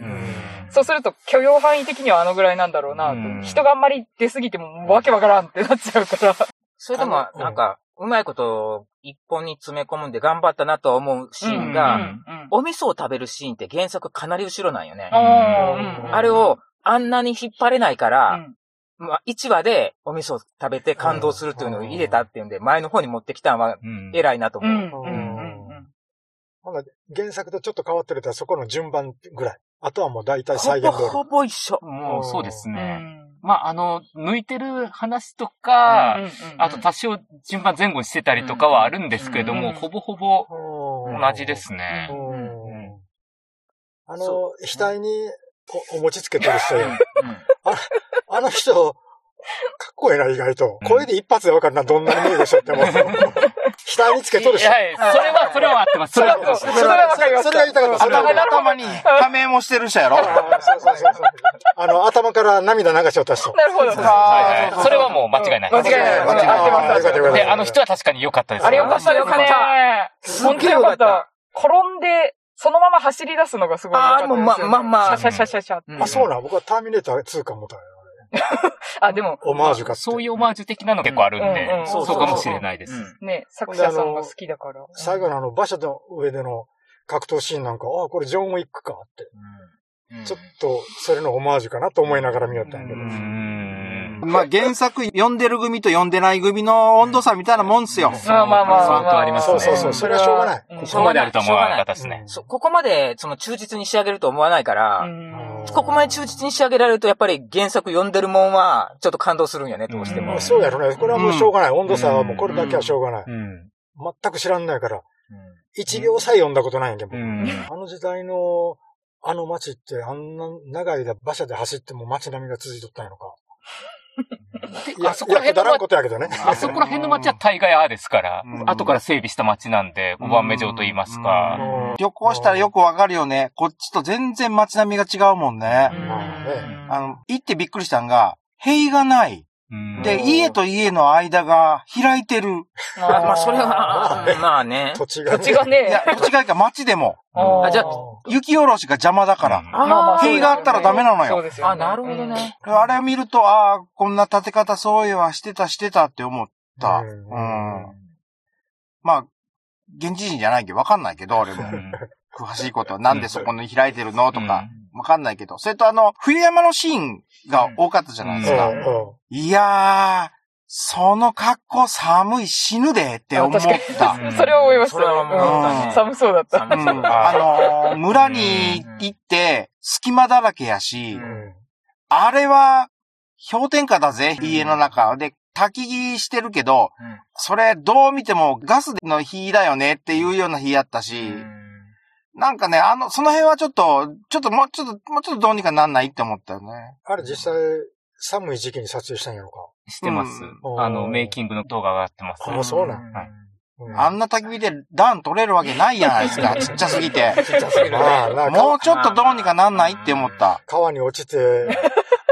Speaker 5: そうすると許容範囲的にはあのぐらいなんだろうなと、
Speaker 4: うん
Speaker 5: 人があんまり出すぎてもわけわからんってなっちゃうから。
Speaker 1: それでも、なんか、うまいこと一本に詰め込むんで頑張ったなとは思うシーン
Speaker 4: うん
Speaker 1: が、
Speaker 4: ん
Speaker 1: お味噌を食べるシーンって原作かなり後ろなんよね。
Speaker 5: うん
Speaker 1: あれをあんなに引っ張れないから、
Speaker 5: う
Speaker 1: まあ、1話でお味噌を食べて感動するっていうのを入れたっていうんで、前の方に持ってきたのは
Speaker 4: うん
Speaker 1: 偉いなと思う。
Speaker 5: んうんうんうん
Speaker 2: ほな原作とちょっと変わってるとそこの順番ぐらい。あとはもう大体
Speaker 1: ほ
Speaker 2: 再
Speaker 1: ぼ
Speaker 2: 現通り。
Speaker 1: ほぼ一緒。
Speaker 4: もうそうです
Speaker 5: う
Speaker 4: ね。
Speaker 5: ん
Speaker 4: まあ、あの、抜いてる話とか、あと
Speaker 5: た、
Speaker 4: 多少順番前後してたりとかはあるんですけれど
Speaker 5: う
Speaker 4: も、
Speaker 5: ん
Speaker 4: ほぼほぼ
Speaker 2: 同
Speaker 4: 同じですね
Speaker 2: う。
Speaker 4: うん
Speaker 2: んあの
Speaker 1: そ、
Speaker 2: 額におお餅つけてる人、
Speaker 1: うんうん
Speaker 2: あの人、かっこええな、意外と。
Speaker 4: うん
Speaker 2: 声で一発でわかるな、どんなに見える人って
Speaker 4: (laughs)
Speaker 2: も。額につけとる
Speaker 4: い
Speaker 2: 人。
Speaker 4: やいやそれは、それは合ってます。それは合ってます
Speaker 5: それはわかりました
Speaker 2: それが言いたかった、それが
Speaker 3: 頭
Speaker 2: 言いたかっ
Speaker 3: 頭に仮面もしてる人やろ。
Speaker 2: た。そうそうそうそうあの、頭から涙流しちゃった人。
Speaker 5: なるほど。
Speaker 4: はいはい
Speaker 3: あーそうそうそう
Speaker 4: それはもう間違いない。
Speaker 5: 間違いな
Speaker 2: 間違
Speaker 5: い
Speaker 2: いない
Speaker 5: 合ってます合ってます
Speaker 2: あーよかったよかった
Speaker 4: で、あの人は確かに良かったです。
Speaker 5: あれよかったです
Speaker 1: よかっ
Speaker 5: ね。本当によかった。転んで、そのまま走り出すのがすごい良かったですよね。
Speaker 1: あーもうままんま
Speaker 5: シャシャシャシャシャって。
Speaker 2: あ、そうなん、僕はターミネーター2かもたよ
Speaker 5: あ、でも、
Speaker 2: オマージュかって。
Speaker 4: そういうオマージュ的なの結構あるん
Speaker 5: うんうんうん
Speaker 4: で、そうかもしれないです。
Speaker 5: ね、作者さんが好きだから。
Speaker 2: 最後のあの、馬車の上での格闘シーンなんか、ああ、これジョン・ウィックかって。
Speaker 1: うん
Speaker 2: ちょっと、それのオマージュかなと思いながら見よったんやけ
Speaker 4: う
Speaker 2: ど。
Speaker 4: ん
Speaker 3: まあ原作読んでる組と読んでない組の温度差みたいなもんっすよ。
Speaker 5: まあまあまあまあ。
Speaker 4: 相当あります
Speaker 2: そ
Speaker 4: ね
Speaker 2: うそうそう、それはしょうがない。
Speaker 4: ここまであると思わなかったですね。
Speaker 1: そここまで、その忠実に仕上げると思わないから、
Speaker 5: うん
Speaker 2: うん
Speaker 1: ここまで忠実に仕上げられると、やっぱり原作読んでるもんは、ちょっと感動するんやね、どうしても。
Speaker 2: まあそうやろね。これはもうしょうがない。温度差はもうこれだけはしょうがない。
Speaker 4: うん。
Speaker 2: 全く知らんないから。
Speaker 1: うん
Speaker 2: 一行さえ読んだことないんやけ
Speaker 4: う
Speaker 2: ど。
Speaker 4: ん。
Speaker 2: あの時代の、あの街って、あんな長い間馬車で走っても街並みが続いとったんやのか。いや、
Speaker 4: あそこら辺
Speaker 2: だ
Speaker 4: の
Speaker 2: らん
Speaker 4: 街
Speaker 2: ことやけどね。
Speaker 4: あそこら辺の街は大概ああですから
Speaker 3: う、ん
Speaker 4: 後から整備した街なんで、5番目城と言います
Speaker 3: う
Speaker 4: か。
Speaker 2: もう
Speaker 3: 旅行したらよくわかるよね。こっちと全然街並みが違うもんね。あの、行ってびっくりしたんが、塀がない。
Speaker 4: うん
Speaker 3: で、家と家の間が開いてる。
Speaker 1: あまあ、それ
Speaker 2: まあね
Speaker 1: は、まあね。
Speaker 2: (laughs) 土地がね。
Speaker 5: 土地が
Speaker 3: い
Speaker 5: ね
Speaker 3: や、、土地がいいか街でも。
Speaker 1: あじゃあ
Speaker 3: 雪下ろしが邪魔だから。
Speaker 1: あ
Speaker 5: あ
Speaker 3: 塀があったらダメなのよ
Speaker 5: そうですよね
Speaker 1: あ、なるほど。ね。
Speaker 3: あれを見ると、ああ、こんな建て方そういえばしてたしてたって思った。
Speaker 2: う
Speaker 3: うんん。まあ、現地人じゃないけどわかんないけど、俺も。詳しいことはなんでそこに開いてるのとか、わかんないけど。それとあの、冬山のシーンが多かったじゃない
Speaker 2: う
Speaker 3: です
Speaker 2: ん
Speaker 3: か。
Speaker 2: うん
Speaker 3: いやー、その格好寒い死ぬでって思
Speaker 5: あ
Speaker 3: っ
Speaker 5: 確
Speaker 3: た。
Speaker 5: うんそれは思いました
Speaker 1: それは思った
Speaker 5: う
Speaker 1: ね
Speaker 5: ん。寒そうだった。
Speaker 3: うん、あのー村に行って、隙間だらけやし、あれは、氷点下だぜ、
Speaker 1: うん
Speaker 3: 家の中。で、焚き火してるけど、
Speaker 1: うん
Speaker 3: それどう見てもガスの火だよねっていうような火やったし、なんかね、あの、その辺はちょっと、ちょっともうちょっと、もうちょっとどうにかなんないって思ったよね。
Speaker 2: あれ実際、寒い時期に撮影したんやろか。
Speaker 4: してます
Speaker 3: う。
Speaker 4: あの、メイキングの動画が上がってます。
Speaker 2: あ、そうなん。
Speaker 4: はい
Speaker 2: うん
Speaker 3: あんな焚き火で暖取れるわけないじゃないですか。ちっちゃすぎて。
Speaker 1: ちっちゃすぎるね。
Speaker 2: まあ、なん
Speaker 3: も
Speaker 2: か
Speaker 3: うちょっとどうにかなんないって思った。
Speaker 2: 川に落ち
Speaker 4: (laughs)
Speaker 2: て、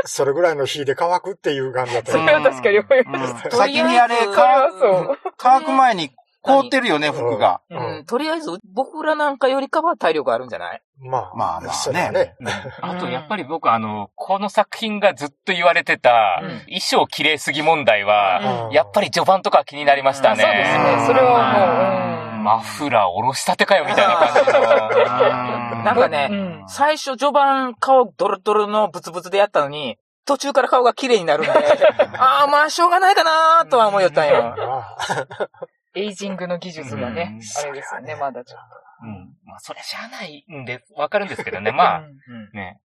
Speaker 2: それぐらいの火で乾くっていう感じだった
Speaker 5: そ
Speaker 2: よ
Speaker 5: れは確かに思いました。
Speaker 3: うん
Speaker 1: とり
Speaker 3: 先
Speaker 1: えず
Speaker 3: にあれ、
Speaker 5: それは
Speaker 3: か
Speaker 5: そう。
Speaker 3: 乾く前に凍ってるよね、服が。
Speaker 2: う
Speaker 1: うんん、とりあえず、僕らなんかよりかは体力あるんじゃない
Speaker 2: まあ、
Speaker 3: まあまあね
Speaker 2: そうだね。
Speaker 4: あと、やっぱり僕、あの、この作品がずっと言われてた
Speaker 1: うん、
Speaker 4: 衣装綺麗すぎ問題は、
Speaker 2: うん
Speaker 4: やっぱり序盤とか気になりました
Speaker 5: そうです
Speaker 4: ね。
Speaker 5: ね。それはもう、うん。
Speaker 4: マフラーおろしたてかよ、みたいな感じの。
Speaker 1: なんかね
Speaker 5: うん
Speaker 1: 最初序盤顔ドロドロのブツブツでやったのに、途中から顔が綺麗にな
Speaker 4: (laughs)
Speaker 1: るんで、ああ、まあしょうがないかなーとは思いよったん
Speaker 2: うん
Speaker 1: よ。
Speaker 2: まあ
Speaker 5: エイジングの技術がね、
Speaker 2: うん
Speaker 5: あれですよね、まだちょっ
Speaker 4: うん。まあ、それゃしゃあないんで、わかるんですけ
Speaker 5: (laughs)
Speaker 4: どね。まあ、
Speaker 5: うん
Speaker 4: ね。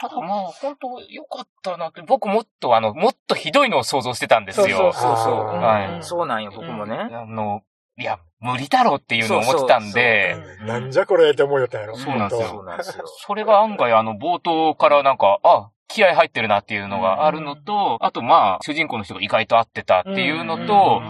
Speaker 4: ただまあ、本当良かったなって、僕もっとあの、もっとひどいのを想像してたんですよ。
Speaker 5: そう
Speaker 2: そうそう
Speaker 5: と。
Speaker 4: はい
Speaker 5: うん
Speaker 1: そうなんよ、僕もね。
Speaker 4: あの、いや、無理だろうっていうのを思ってたんで、
Speaker 2: なんじゃこれって思いよったんやろ。
Speaker 4: そうなんですよ
Speaker 1: そうなんですよ。
Speaker 4: それが案外あの、冒頭からなんか、あ、気合入ってるなっていうのがあるのと、あとまあ、主人公の人が意外と合ってたっていうのと、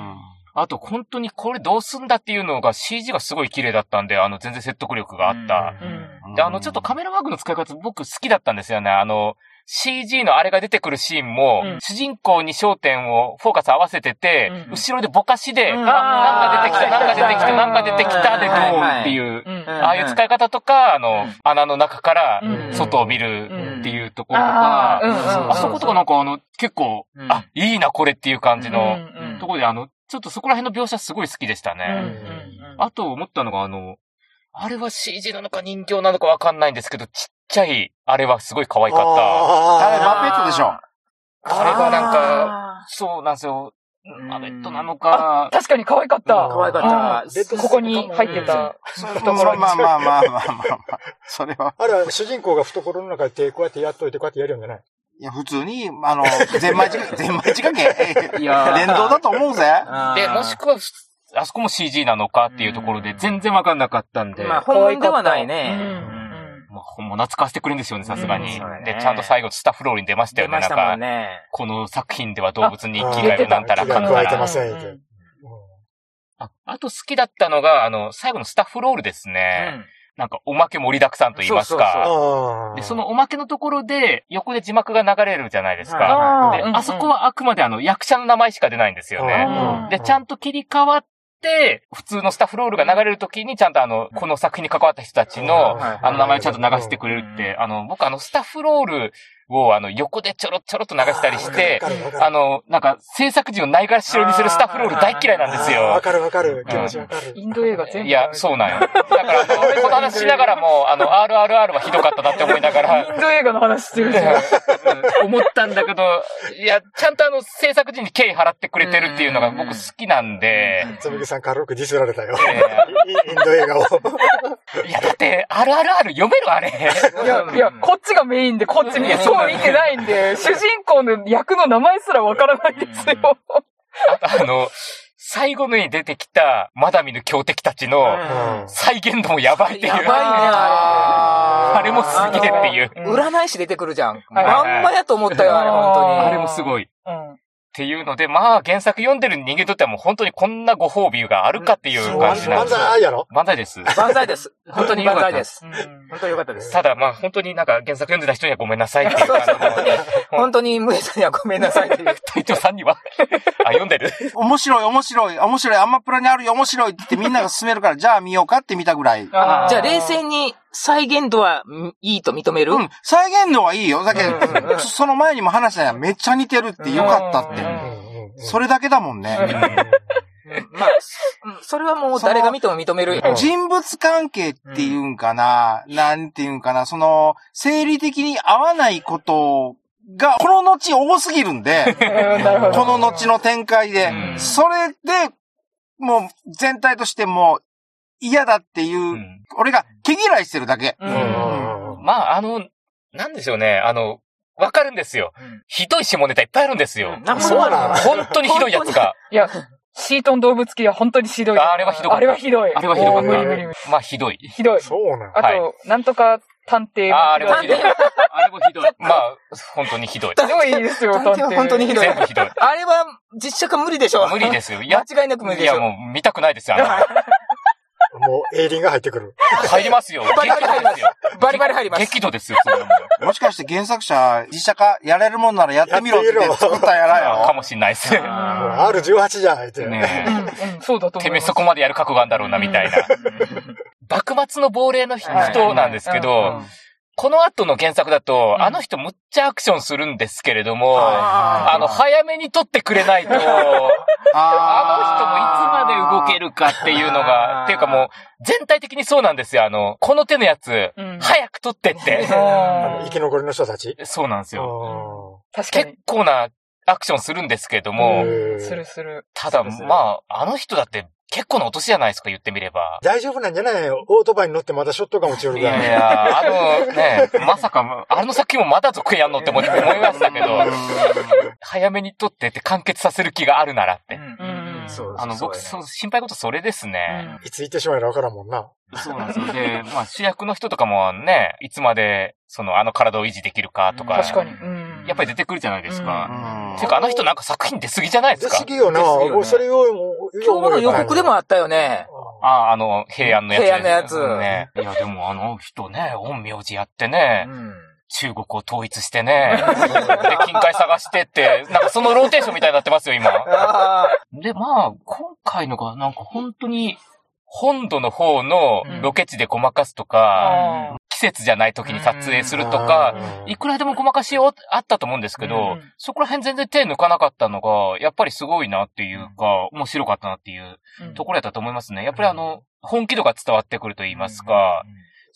Speaker 4: あと本当にこれどうすんだっていうのが CG がすごい綺麗だったんで、あの、全然説得力があった。
Speaker 5: うん
Speaker 4: で、あの、ちょっとカメラワークの使い方僕好きだったんですよね。あの、CG のあれが出てくるシーンも、
Speaker 5: うん
Speaker 4: 主人公に焦点をフォーカス合わせてて、
Speaker 5: うん
Speaker 4: 後ろでぼかしで、
Speaker 1: うん
Speaker 4: あなんか出てきた、なんか出てきた、なんか出てきたでど
Speaker 1: はいは
Speaker 4: う
Speaker 1: い
Speaker 4: っていう、
Speaker 5: うん
Speaker 1: うん
Speaker 4: ああいう使い方とか、あの、穴の中から
Speaker 5: うん
Speaker 4: 外を見るっていうところとか、
Speaker 5: うん
Speaker 1: あ
Speaker 4: あそことかなんかあの、結構、
Speaker 1: うん
Speaker 4: あ、いいなこれっていう感じ
Speaker 5: う
Speaker 4: の
Speaker 5: んうん
Speaker 4: ところで、あの、ちょっとそこら辺の描写すごい好きでしたね。
Speaker 5: うんうんうん
Speaker 4: あと思ったのが、あの、あれは CG なのか人形なのかわかんないんですけど、ちっちゃい、あれはすごい可愛かった。
Speaker 3: あれ、
Speaker 2: あ
Speaker 3: マペットでしょ。
Speaker 4: あれがなんか、
Speaker 1: か、
Speaker 4: そうなんですよ。
Speaker 1: ん
Speaker 4: マベットなのか、
Speaker 5: 確かに可愛かっ
Speaker 2: うん
Speaker 5: た。
Speaker 1: 可愛かっ
Speaker 5: うん
Speaker 1: た。
Speaker 5: ここに入ってた。
Speaker 3: そういうところ、まあまあまあまあまあまあ。それは、
Speaker 2: ああれは主人公が懐の中で手こうやってやっといて、こうやってやるんじゃない
Speaker 3: いや、普通に、あの、ゼンマイ仕掛け、ゼンマイ仕掛け、
Speaker 1: いやー
Speaker 3: 連動だと思うぜ。
Speaker 4: で、もしくは、あそこも CG なのかっていうところで、全然わかんなかったんで、
Speaker 1: まあ、
Speaker 4: ま
Speaker 1: 本物ではない
Speaker 5: うん
Speaker 1: ね。
Speaker 5: うん
Speaker 4: あ、ほんま懐かせてくれるんですよね、さすが
Speaker 1: うん
Speaker 4: に
Speaker 1: そうだ。ね
Speaker 4: で、ちゃんと最後、スタッフロールに出ました
Speaker 1: 出
Speaker 4: よね、
Speaker 1: まし
Speaker 4: な
Speaker 1: た
Speaker 4: ん
Speaker 1: も
Speaker 4: か
Speaker 1: ん。ね。
Speaker 4: この作品では動物に生き
Speaker 2: 入れ
Speaker 4: がい
Speaker 2: て
Speaker 4: る
Speaker 2: た
Speaker 4: なんたらかん
Speaker 2: 入れて加え
Speaker 4: たら
Speaker 2: て。ません
Speaker 5: うう
Speaker 4: ああと好きだったのが、あの、最後のスタッフロールですね。なんかおまけ盛りだくさんと言いますか。
Speaker 1: そうそう
Speaker 2: ああ。
Speaker 4: で、そのおまけのところで、横で字幕が流れるじゃないですか。
Speaker 1: は
Speaker 5: あ
Speaker 4: で、
Speaker 5: ーうん
Speaker 4: あそこはあくまであの、役者の名前しか出ないんですよね。
Speaker 5: うん
Speaker 4: で、ちゃんと切り替わって、普通のスタッフロールが流れるときに、ちゃんとあの、この作品に関わった人たちの、あの名前をちゃんと流してくれるって、あの、僕あの、スタッフロールをあの、横でちょろちょろっと流したりして、
Speaker 2: あー、わかるわかる
Speaker 4: あの、なんか、制作陣をないがしろにするスタッフロール大嫌いなんです
Speaker 2: あー
Speaker 4: よ
Speaker 2: わ。かるわかる。気持ちわかる。
Speaker 5: インド映画全部。
Speaker 4: いや、そうなんよ。だから、あのこの話しながらも、あの、RRR はひどかったなって思いながら、
Speaker 5: インド映画の話してるじゃん。
Speaker 4: うん思ったんだけど、いや、ちゃんとあの、制作陣に敬意払ってくれてるっていうのが僕好きなんで、
Speaker 2: つむぎさん軽くディスられたよ。
Speaker 4: えー
Speaker 2: インド映画を。
Speaker 4: いや、だって、RRR 読めるあれ。
Speaker 5: いや、いや、こっちがメインで、こっち見て、そう見てないんで、主人公の役の名前すらわからないですよ。
Speaker 4: あとあの、最後のに出てきた、まだ見ぬ強敵たちの
Speaker 2: うん
Speaker 4: 再現度もやばいっていう。
Speaker 1: やばいね、あ
Speaker 4: あれもすげえっていう。
Speaker 1: れ。占い師出てくるじゃん。
Speaker 5: は
Speaker 4: はい
Speaker 5: い
Speaker 1: まんまやと思ったよ、あれ、本当に。
Speaker 4: あれもすごい。っ
Speaker 5: うん。
Speaker 4: ていうので、まあ、原作読んでる人間にとってはもう本当にこんなご褒美があるかっていう感じな
Speaker 2: 漫
Speaker 4: んですよ。
Speaker 2: 才やろ
Speaker 4: 万歳です。
Speaker 1: 万歳です。本当に万歳です。本当に良かった
Speaker 4: (laughs)
Speaker 1: です。
Speaker 4: ただ、まあ、本当になんか原作読んでた人にはごめんなさいっていう感じの。 (laughs)
Speaker 1: 本当に、無理さんにはごめんなさい (laughs) っていう。
Speaker 4: 隊長さんには。あ、読んでる
Speaker 3: 面白い、面白い、面白い、アマプラにあるよ、面白いって言ってみんなが勧めるから、じゃあ見ようかって見たぐらい。う
Speaker 5: あー
Speaker 1: じゃあ、冷静に再現度はいいと認める
Speaker 3: ん、再現度はいいよ。だけ
Speaker 1: うんうんうん
Speaker 3: ど、そ (laughs) その前にも話したやんめっちゃ似てるってよかったって。
Speaker 5: うん
Speaker 3: それだけだもんね。
Speaker 1: まあ、うんそれはもう誰が見ても認める。
Speaker 2: うん
Speaker 3: 人物関係っていうんかな、なんていうんかな、その、生理的に合わないことが、この後多すぎるんで、
Speaker 5: なるほど。
Speaker 3: この後の展開で、
Speaker 4: うん
Speaker 3: それで、もう全体としても嫌だっていう、
Speaker 4: ん
Speaker 3: 俺が毛嫌いしてるだけ。
Speaker 2: う
Speaker 5: う
Speaker 2: ん
Speaker 5: ん。
Speaker 4: まあ、あの、なんでしょうね。あの、わかるんですよ。ひどい下ネタいっぱいあるんですよ。
Speaker 1: なんか
Speaker 2: そうなの
Speaker 4: 本当にひどいやつが。
Speaker 5: いや、シートン動物系は本当にひどい。
Speaker 4: ああれはひどかった
Speaker 5: あれはひどい。
Speaker 4: あれはひどかった
Speaker 5: もう無理無理無理。
Speaker 4: まあ、ひどい。
Speaker 5: ひどい。
Speaker 2: そうなん
Speaker 5: あと、なんとか探偵
Speaker 4: ああ、あれ
Speaker 5: も
Speaker 4: も
Speaker 5: ひ
Speaker 4: ひどい。あれもひどい。まあ、本当にひどい。
Speaker 5: どい。ひどいですよ、
Speaker 1: 探偵は本当にひどい
Speaker 4: 全部ひどい。
Speaker 1: あれは実写化無理でしょ
Speaker 4: 無理ですよ。いや、
Speaker 1: (laughs) 間違いなく無理
Speaker 4: い
Speaker 1: でし
Speaker 4: や
Speaker 1: ょ
Speaker 4: もう見たくないですよ。あ
Speaker 2: もう、エイリンが入ってくる。
Speaker 4: の入りますよ。
Speaker 1: バリバリ入ります
Speaker 4: 激怒です
Speaker 1: (laughs)
Speaker 4: よ。
Speaker 1: バリバリ入ります。
Speaker 4: 激怒ですよ、そんなもん
Speaker 3: もしかして原作者、実写化やれるもんならやってみろって作ったんやら
Speaker 4: か
Speaker 3: よ。
Speaker 4: もしんないですね。
Speaker 2: もう R18 じゃん、言って。
Speaker 4: ねえ
Speaker 5: うんうんそうだと思います。
Speaker 4: てめえそこまでやる覚悟あんだろうな、みたいな。幕末の亡霊の人なんですけ
Speaker 5: はいはいは
Speaker 4: ど、この後の原作だと、
Speaker 5: うん
Speaker 4: あの人むっちゃアクションするんですけれども、
Speaker 5: あ
Speaker 4: あの、早めに撮ってくれないと、あの人もいつまで動け
Speaker 3: る
Speaker 4: るかっていうの
Speaker 1: あー
Speaker 4: が、っていうかもう、全体的にそうなんですよ。あの、この手のやつ、
Speaker 5: うん
Speaker 4: 早く撮ってって。
Speaker 2: あ
Speaker 5: あ
Speaker 2: の
Speaker 5: ー
Speaker 2: 生き残りの人たち。
Speaker 4: (laughs) そうなんです
Speaker 2: あー
Speaker 4: よ。
Speaker 5: 確か
Speaker 4: 結
Speaker 5: に。
Speaker 4: 構なアクションするんですけども、
Speaker 2: うん
Speaker 5: するする。
Speaker 4: ただ、
Speaker 3: そうですね
Speaker 4: まあ、あの人だって結構なお年じゃないですか、言ってみれば。
Speaker 2: 大丈夫なんじゃないオートバイに乗ってまだショットガン落ちる
Speaker 4: い
Speaker 2: ぐら
Speaker 4: やい
Speaker 2: い。
Speaker 4: や、あの (laughs) ね、まさか、あの作品もまだ続編やんのって思い思いましたけど、早めに撮ってって完結させる気があるならって。
Speaker 5: うんうん
Speaker 1: そう
Speaker 4: あの、僕、
Speaker 1: そう
Speaker 4: そ
Speaker 1: やね
Speaker 4: う、心配事それですね。
Speaker 2: いつ行ってしまえばわからんもんな。
Speaker 4: (laughs) そうなんですよ。で、まあ主役の人とかもね、いつまで、その、あの体を維持できるかとか、
Speaker 5: 確かに。うん
Speaker 4: やっぱり出てくるじゃないですか。
Speaker 3: うん
Speaker 4: (laughs) ていうか、あの人なんか作品出過ぎじゃないで
Speaker 2: です
Speaker 4: か
Speaker 2: す。ぎよな。
Speaker 1: ですよね
Speaker 2: もうそれを、もう、
Speaker 1: 今日の予告でもあったよね。
Speaker 4: ああ、あの、平安のやつです。
Speaker 1: 平安のやつ
Speaker 4: うんね。いや、でもあの人ね、陰陽師やって
Speaker 1: う
Speaker 4: ね、
Speaker 1: ん。
Speaker 4: 中国を統一してね、で、近海探してって、なんかそのローテーションみたいになってますよ、今。
Speaker 1: あ
Speaker 4: で、まあ、今回のが、なんか本当に、本土の方のロケ地でごまかすとか、
Speaker 5: あー
Speaker 4: 季節じゃない時に撮影すると
Speaker 2: う
Speaker 4: か、
Speaker 2: ん
Speaker 4: いくらでもごまかしをあったと思うんですけ
Speaker 5: う
Speaker 4: ど
Speaker 5: ん、
Speaker 4: そこら辺全然手抜かなかったのが、やっぱりすごいなっていうか、面白かったなっていう
Speaker 5: うん
Speaker 4: ところやったと思いますね。やっぱりあの、本気度が伝わってくると言いますか、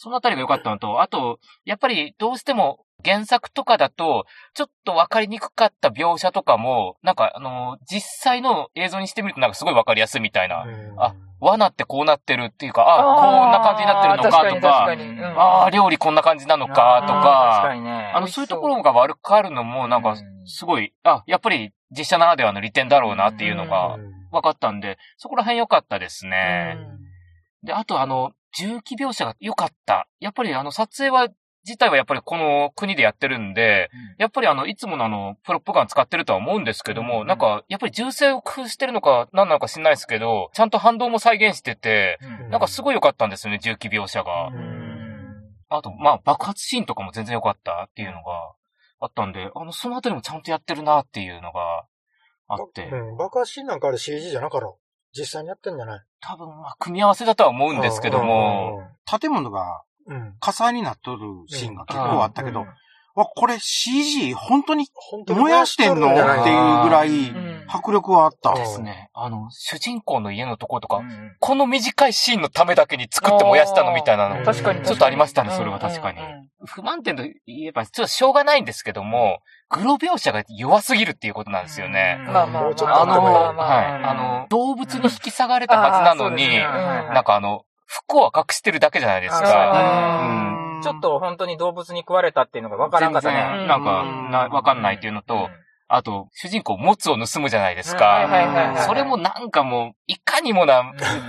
Speaker 4: そのあたりが良かったのと、あと、やっぱりどうしても原作とかだと、ちょっとわかりにくかった描写とかも、なんかあの、実際の映像にしてみるとなんかすごいわかりやすいみたいな。
Speaker 2: うん
Speaker 4: あ、罠ってこうなってるっていうか、あ、
Speaker 5: あー
Speaker 4: こんな感じになってるのかと
Speaker 5: 確
Speaker 4: か、
Speaker 5: に確にうん
Speaker 4: ああ、料理こんな感じなのかと
Speaker 1: 確か
Speaker 4: か、
Speaker 1: にね。
Speaker 4: あの、そういうところが悪くあるのも、なん
Speaker 1: う
Speaker 4: か、すごい、あ、やっぱり実写ならではの利点だろうなっていうのが
Speaker 2: うん
Speaker 4: 分かったんで、そこら辺良かったですね。
Speaker 5: うん
Speaker 4: で、あとあの、重機描写が良かった。やっぱりあの、撮影は、自体はやっぱりこの国でやってるんで、やっぱりあの、いつものあの、プロップガン使ってるとは思うんですけども、
Speaker 1: うん
Speaker 4: なんか、やっぱり銃声を工夫してるのか、何なのか知んないですけど、ちゃんと反動も再現してて、
Speaker 1: うん
Speaker 4: なんかすごい良かったんですよね、重機描写が。あと、まあ、爆発シーンとかも全然良かったっていうのがあったんで、あの、そのあたりもちゃんとやってるなっていうのがあって
Speaker 2: う、ん。爆発シーンなんかあれ CG じゃなかろう。実際にやってんじゃない
Speaker 4: 多分、まあ、組み合わせだとは思うんですけども、、
Speaker 3: 建物が
Speaker 2: うんうんうん。
Speaker 3: 火災になっとるシーンが結構あったけ
Speaker 1: う
Speaker 3: ど
Speaker 1: ん、
Speaker 3: わ、これ CG 本当に
Speaker 2: 本当に
Speaker 3: 燃やしてんのっていうぐ
Speaker 2: 燃やしとるんじゃない
Speaker 3: ら
Speaker 5: う
Speaker 3: い
Speaker 5: ん
Speaker 3: 迫力はあった。
Speaker 4: ですね。あの、主人公の家のところと
Speaker 1: う
Speaker 4: か、
Speaker 1: ん
Speaker 4: この短いシーンのためだけに作って燃やしたのみたいな
Speaker 5: あー
Speaker 4: の、
Speaker 5: 確かに。
Speaker 4: ちょっとありましたね、それは
Speaker 5: うん
Speaker 4: 確かに
Speaker 5: うんうん。
Speaker 4: 不満点と言えば、ちょっとしょうがないんですけども、グロ描写が弱すぎるっていうことなんですよね。
Speaker 5: まあまあまあ。
Speaker 2: もうちょっと
Speaker 4: あ
Speaker 2: ま
Speaker 4: の、
Speaker 2: あ
Speaker 4: はい。あの、動物に引き下がれたはずなのに、
Speaker 5: あーそうですねうん
Speaker 4: なんかあの、服を赤くしてるだけじゃないです
Speaker 1: あ
Speaker 4: か。
Speaker 5: あ
Speaker 1: ちょっと本当に動物に食われたっていうのが分からんかった
Speaker 4: 全
Speaker 1: ね。
Speaker 4: 然なん
Speaker 3: う
Speaker 4: か、
Speaker 3: ん
Speaker 4: なわかんないっていうのと、あと、主人公、モツを盗むじゃないです
Speaker 1: はいはい
Speaker 5: はいはいは
Speaker 4: か
Speaker 5: い。
Speaker 4: それもなんかもう、いかにもな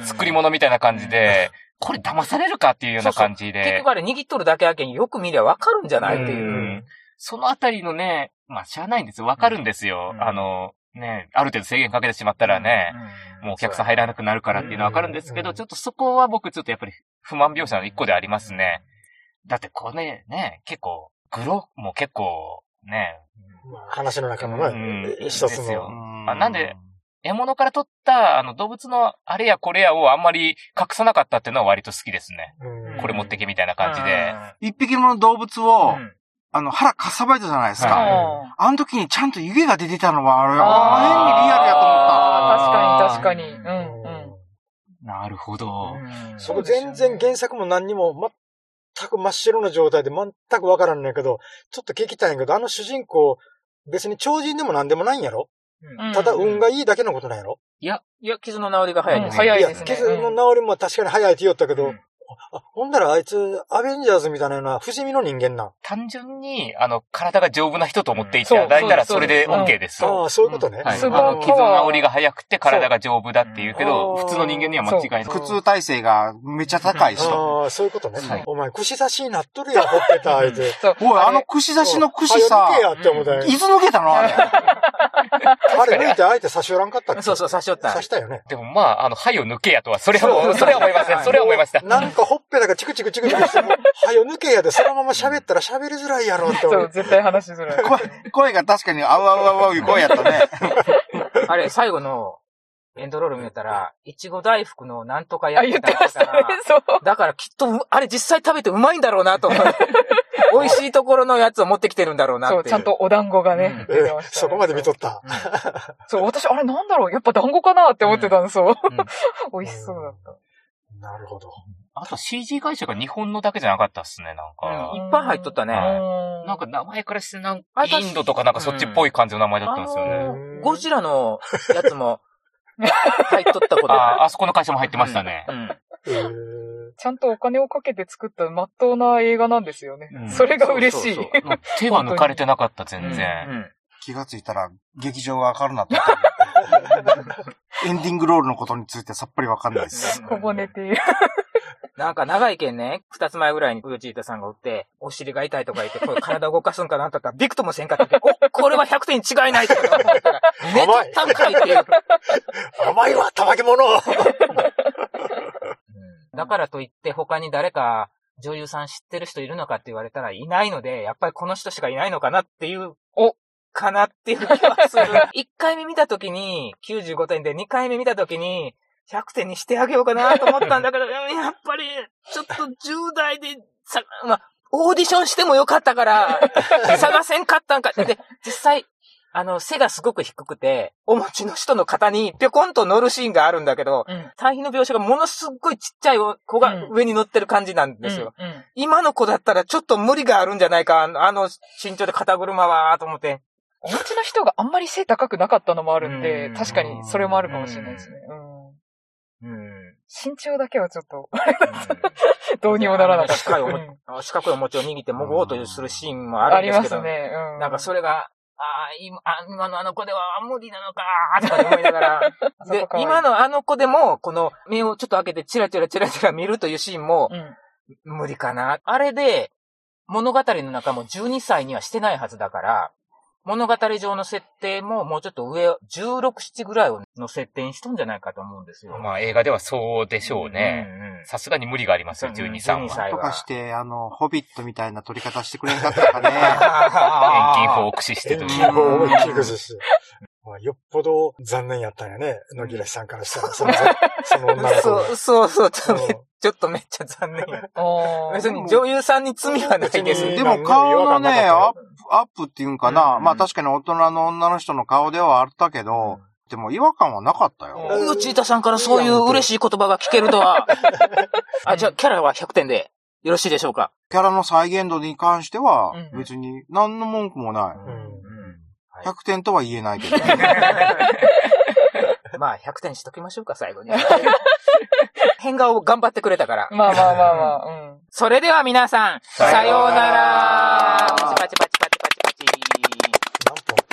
Speaker 4: 作り物みたいな感じで、これ騙されるかっていうような感じ
Speaker 1: 結
Speaker 4: で。
Speaker 1: 局、あれ握っとるだけやけによく見りゃ分かるんじゃないっていううん
Speaker 4: そのあたりのね、まあ、知らないんですよ。わかるんですよ
Speaker 1: う。ん
Speaker 4: あの、ね、ある程度制限かけてしまったらね、もうお客さん入らなくなるからっていうのはわかるんですけ
Speaker 2: う
Speaker 4: ど、
Speaker 2: ん
Speaker 4: ちょっとそこは僕ちょっとやっぱり不満描写の一個でありますね。だってこれね、結構、グロも結構、ね、
Speaker 2: まあ話の中のね、一
Speaker 4: うんいい
Speaker 2: つ
Speaker 4: ですよ
Speaker 2: の。
Speaker 4: あなんで、獲物から取った、あの、動物のあれやこれやをあんまり隠さなかったっていうのは割と好きですね。
Speaker 2: うん
Speaker 4: これ持ってけみたいな感じで。
Speaker 3: 一匹もの動物を、
Speaker 1: ん
Speaker 3: あの、腹かっさばいたじゃないです
Speaker 4: は
Speaker 3: か。
Speaker 5: あ
Speaker 3: あの時にちゃんと湯気が出てたのは、あれ、あの辺にリアルや
Speaker 4: あー
Speaker 5: あー、
Speaker 3: と思った。
Speaker 5: 確かに確かに。うんうん。
Speaker 4: なるほど。
Speaker 2: そこ全然原作も何にも全く真っ白な状態で全くわからんねんけど、ちょっと聞きたいんやけど、あの主人公、別に超人でも何でもないんやろ
Speaker 5: うん
Speaker 2: ただ運がいいだけのことなんやろ
Speaker 1: いや、いや、傷の治りが早いです。
Speaker 5: うん早い
Speaker 2: いや、
Speaker 5: ですね
Speaker 2: 傷の治りも確かに早いって言おったけ
Speaker 1: う
Speaker 2: ど
Speaker 1: ん、
Speaker 2: あ、ほんならあいつ、アベンジャーズみたいなような不死身の人間なん。
Speaker 4: 単純に、あの、体が丈夫な人と思ってい
Speaker 1: そう
Speaker 4: ただいたら
Speaker 5: そ
Speaker 4: そうれ
Speaker 5: です
Speaker 4: で
Speaker 5: そうです
Speaker 4: OK です。
Speaker 2: ああ、そういうことね。
Speaker 4: はい。
Speaker 5: ス
Speaker 4: あ
Speaker 5: ーパー
Speaker 4: の、傷の治りが早くて体が丈夫だって言うけど、
Speaker 5: そう
Speaker 4: 普通の人間には間違いない。
Speaker 5: そう
Speaker 3: 苦痛耐性がめっちゃ高い人。
Speaker 2: ああ、そういうことね
Speaker 4: はい。
Speaker 2: お前、串刺しになっとるやん、ほっぺた、あいつ。
Speaker 5: そう
Speaker 3: おい、あ
Speaker 5: あ
Speaker 3: の
Speaker 5: れ
Speaker 3: 串刺しの串さ
Speaker 2: は、よ抜けやって思ったんや
Speaker 3: いつ抜けたのあれ。
Speaker 2: あれ抜いてあえて差し寄らんかったっけ
Speaker 1: そうそう、差し寄った
Speaker 2: 差。したよね。
Speaker 4: でもまあ、あの、灰を抜けやとは、それはも
Speaker 1: そう
Speaker 4: う、それは思いません。それは思いました。
Speaker 2: なんかほっぺたがチクチクチクチクしても、はよ抜けやで、そのまま喋ったら喋りづらいやろって思
Speaker 5: そう
Speaker 2: う。、
Speaker 5: 絶対話しづらい。
Speaker 3: 声声が確かに、あうあうあうあういう声やったね。
Speaker 1: あれ、最後のエンドロール見たら、いちご大福のなんとかや
Speaker 5: あ、
Speaker 1: っ
Speaker 5: 言
Speaker 1: て
Speaker 5: って
Speaker 1: た
Speaker 5: ましたね
Speaker 1: から、。
Speaker 5: そう。
Speaker 1: だからきっとう、あれ実際食べてうまいんだろうなと思って、美味しいところのやつを持ってきてるんだろうなってい。
Speaker 5: そうう、ちゃんとお団子がね、
Speaker 2: え
Speaker 5: 出てま
Speaker 2: ー
Speaker 5: したね
Speaker 2: そこまで見とった。
Speaker 5: そう、私、あれなんだろうやっぱ団子かなって思ってたんですよ。美味しそうだった。
Speaker 2: なるほど。
Speaker 4: あと CG 会社が日本のだけじゃなかったっすね、なん
Speaker 1: うん
Speaker 4: か。
Speaker 1: いっぱい入っとったね。
Speaker 5: うん
Speaker 4: なんか名前からしてなん
Speaker 1: あ
Speaker 4: か、
Speaker 1: れ確か
Speaker 4: インドとかなんかそっちっぽい感じの名前だったんですよ
Speaker 1: あ
Speaker 4: ね。
Speaker 1: のーゴジラのやつも入っとったこと
Speaker 4: (laughs) あ
Speaker 1: あ
Speaker 4: あ、あそこの会社も入ってましたね
Speaker 1: う。ん
Speaker 2: えー
Speaker 5: ちゃんとお金をかけて作った真っ当な映画なんですよね。
Speaker 4: うん
Speaker 5: それが嬉しい。
Speaker 1: そうそう
Speaker 4: うん手は抜かれてなかった、全
Speaker 1: う
Speaker 4: 然。
Speaker 1: ん
Speaker 3: 気がついたら、劇場が明るなった。エンディングロールのことについてさっぱりわかんないです。
Speaker 5: 小骨っていう。
Speaker 1: なんか長いけんね、二つ前ぐらいにウヨチータさんがおって、お尻が痛いとか言って、これ体動かすんかなとか、びくともせんかったけど、お、これは100点違いないとか思ったら、寝とったんかいっていう。
Speaker 2: 甘いわ、たまき者
Speaker 1: だからといって他に誰か女優さん知ってる人いるのかって言われたらいないので、やっぱりこの人しかいないのかなっていう、おかなっていう気はする。1回 (laughs) 目見た時に95点で、2回目見た時に100点にしてあげようかなと思ったんだけど、うんやっぱりちょっと10代でさ、まあ、オーディションしてもよかったから、探せんかったんか。で、実際、あの、背がすごく低くて、お持ちの人の肩にぴょこんと乗るシーンがあるんだけど、
Speaker 5: うん
Speaker 1: 対比の描写がものすっごいちっちゃい子が上に乗ってる感じなんですよ。
Speaker 5: うんうん
Speaker 1: 今の子だったらちょっと無理があるんじゃないか、あのあの身長で肩車は、と思って。
Speaker 5: お持ちの人があんまり背高くなかったのもあるんで、
Speaker 1: うん
Speaker 5: 確かにそれもあるかもしれないですね。うん
Speaker 1: うん。
Speaker 5: 身長だけはちょっとどうにもならなかった。
Speaker 1: あの四角いお
Speaker 5: うん
Speaker 1: もあの四角いお餅を握ってもごおうとするシーンもあ
Speaker 5: あ
Speaker 1: るん
Speaker 5: り
Speaker 1: です
Speaker 5: ま
Speaker 1: けど。
Speaker 5: すね。う
Speaker 1: なんかそれが、ああ、今、あ今のあの子では無理なの
Speaker 5: (laughs)
Speaker 1: か、とか思いながら。
Speaker 5: あそ
Speaker 1: で
Speaker 5: こ可愛、い
Speaker 1: 今のあの子でも、この目をちょっと開けてチラチラチラチラ見るというシーンも、
Speaker 5: うん
Speaker 1: 無理かな。あれで、物語の中も12歳にはしてないはずだから、物語上の設定ももうちょっと上、16、7ぐらいの設定にしとんじゃないかと思うんですよ。
Speaker 4: まあ映画ではそうでしょうね。
Speaker 1: んん
Speaker 4: さすがに無理がありますよ、12、3は。
Speaker 1: 歳
Speaker 3: と
Speaker 1: は
Speaker 3: かして、あの、ホビットみたいな撮り方してくれなかったか
Speaker 1: (laughs)
Speaker 3: ね。
Speaker 1: あー
Speaker 4: 遠近法を駆使して
Speaker 2: 遠
Speaker 4: とい
Speaker 2: 近
Speaker 4: う。
Speaker 2: 法を思いっきり崩し。まあ、よっぽど残念やったんやね、野木らさんからしたら、その、その女の子が
Speaker 1: そう、そうそう、ちょっと
Speaker 2: う
Speaker 1: め
Speaker 2: ん
Speaker 1: ちょっとめっちゃ残念や。
Speaker 5: あー
Speaker 1: 別に女優さんに罪はないで
Speaker 2: 別
Speaker 1: す
Speaker 2: に。
Speaker 3: でも顔の
Speaker 2: 違
Speaker 3: ね、
Speaker 2: 和
Speaker 3: ア
Speaker 2: 感
Speaker 3: ップ、アップっていうんかな。まあ確かに大人の女の人の顔ではあったけど、でも違和感はなかったよ。
Speaker 1: うちいたさんからそういう嬉しい言葉が聞けるとは。あ、じゃあキャラは100点でよろしいでしょうか。
Speaker 3: キャラの再現度に関しては
Speaker 5: うん、
Speaker 3: 別に何の文句も
Speaker 2: う
Speaker 3: ない。
Speaker 2: ん
Speaker 1: はい
Speaker 3: 100点とは言えないけど。
Speaker 1: (laughs) まあ、100点しときましょうか、最後に。 (laughs) 変顔を頑張ってくれたから。
Speaker 5: まあまあまあまあ。うん
Speaker 1: それでは皆さん、さようなら。パチパチパチパチパチ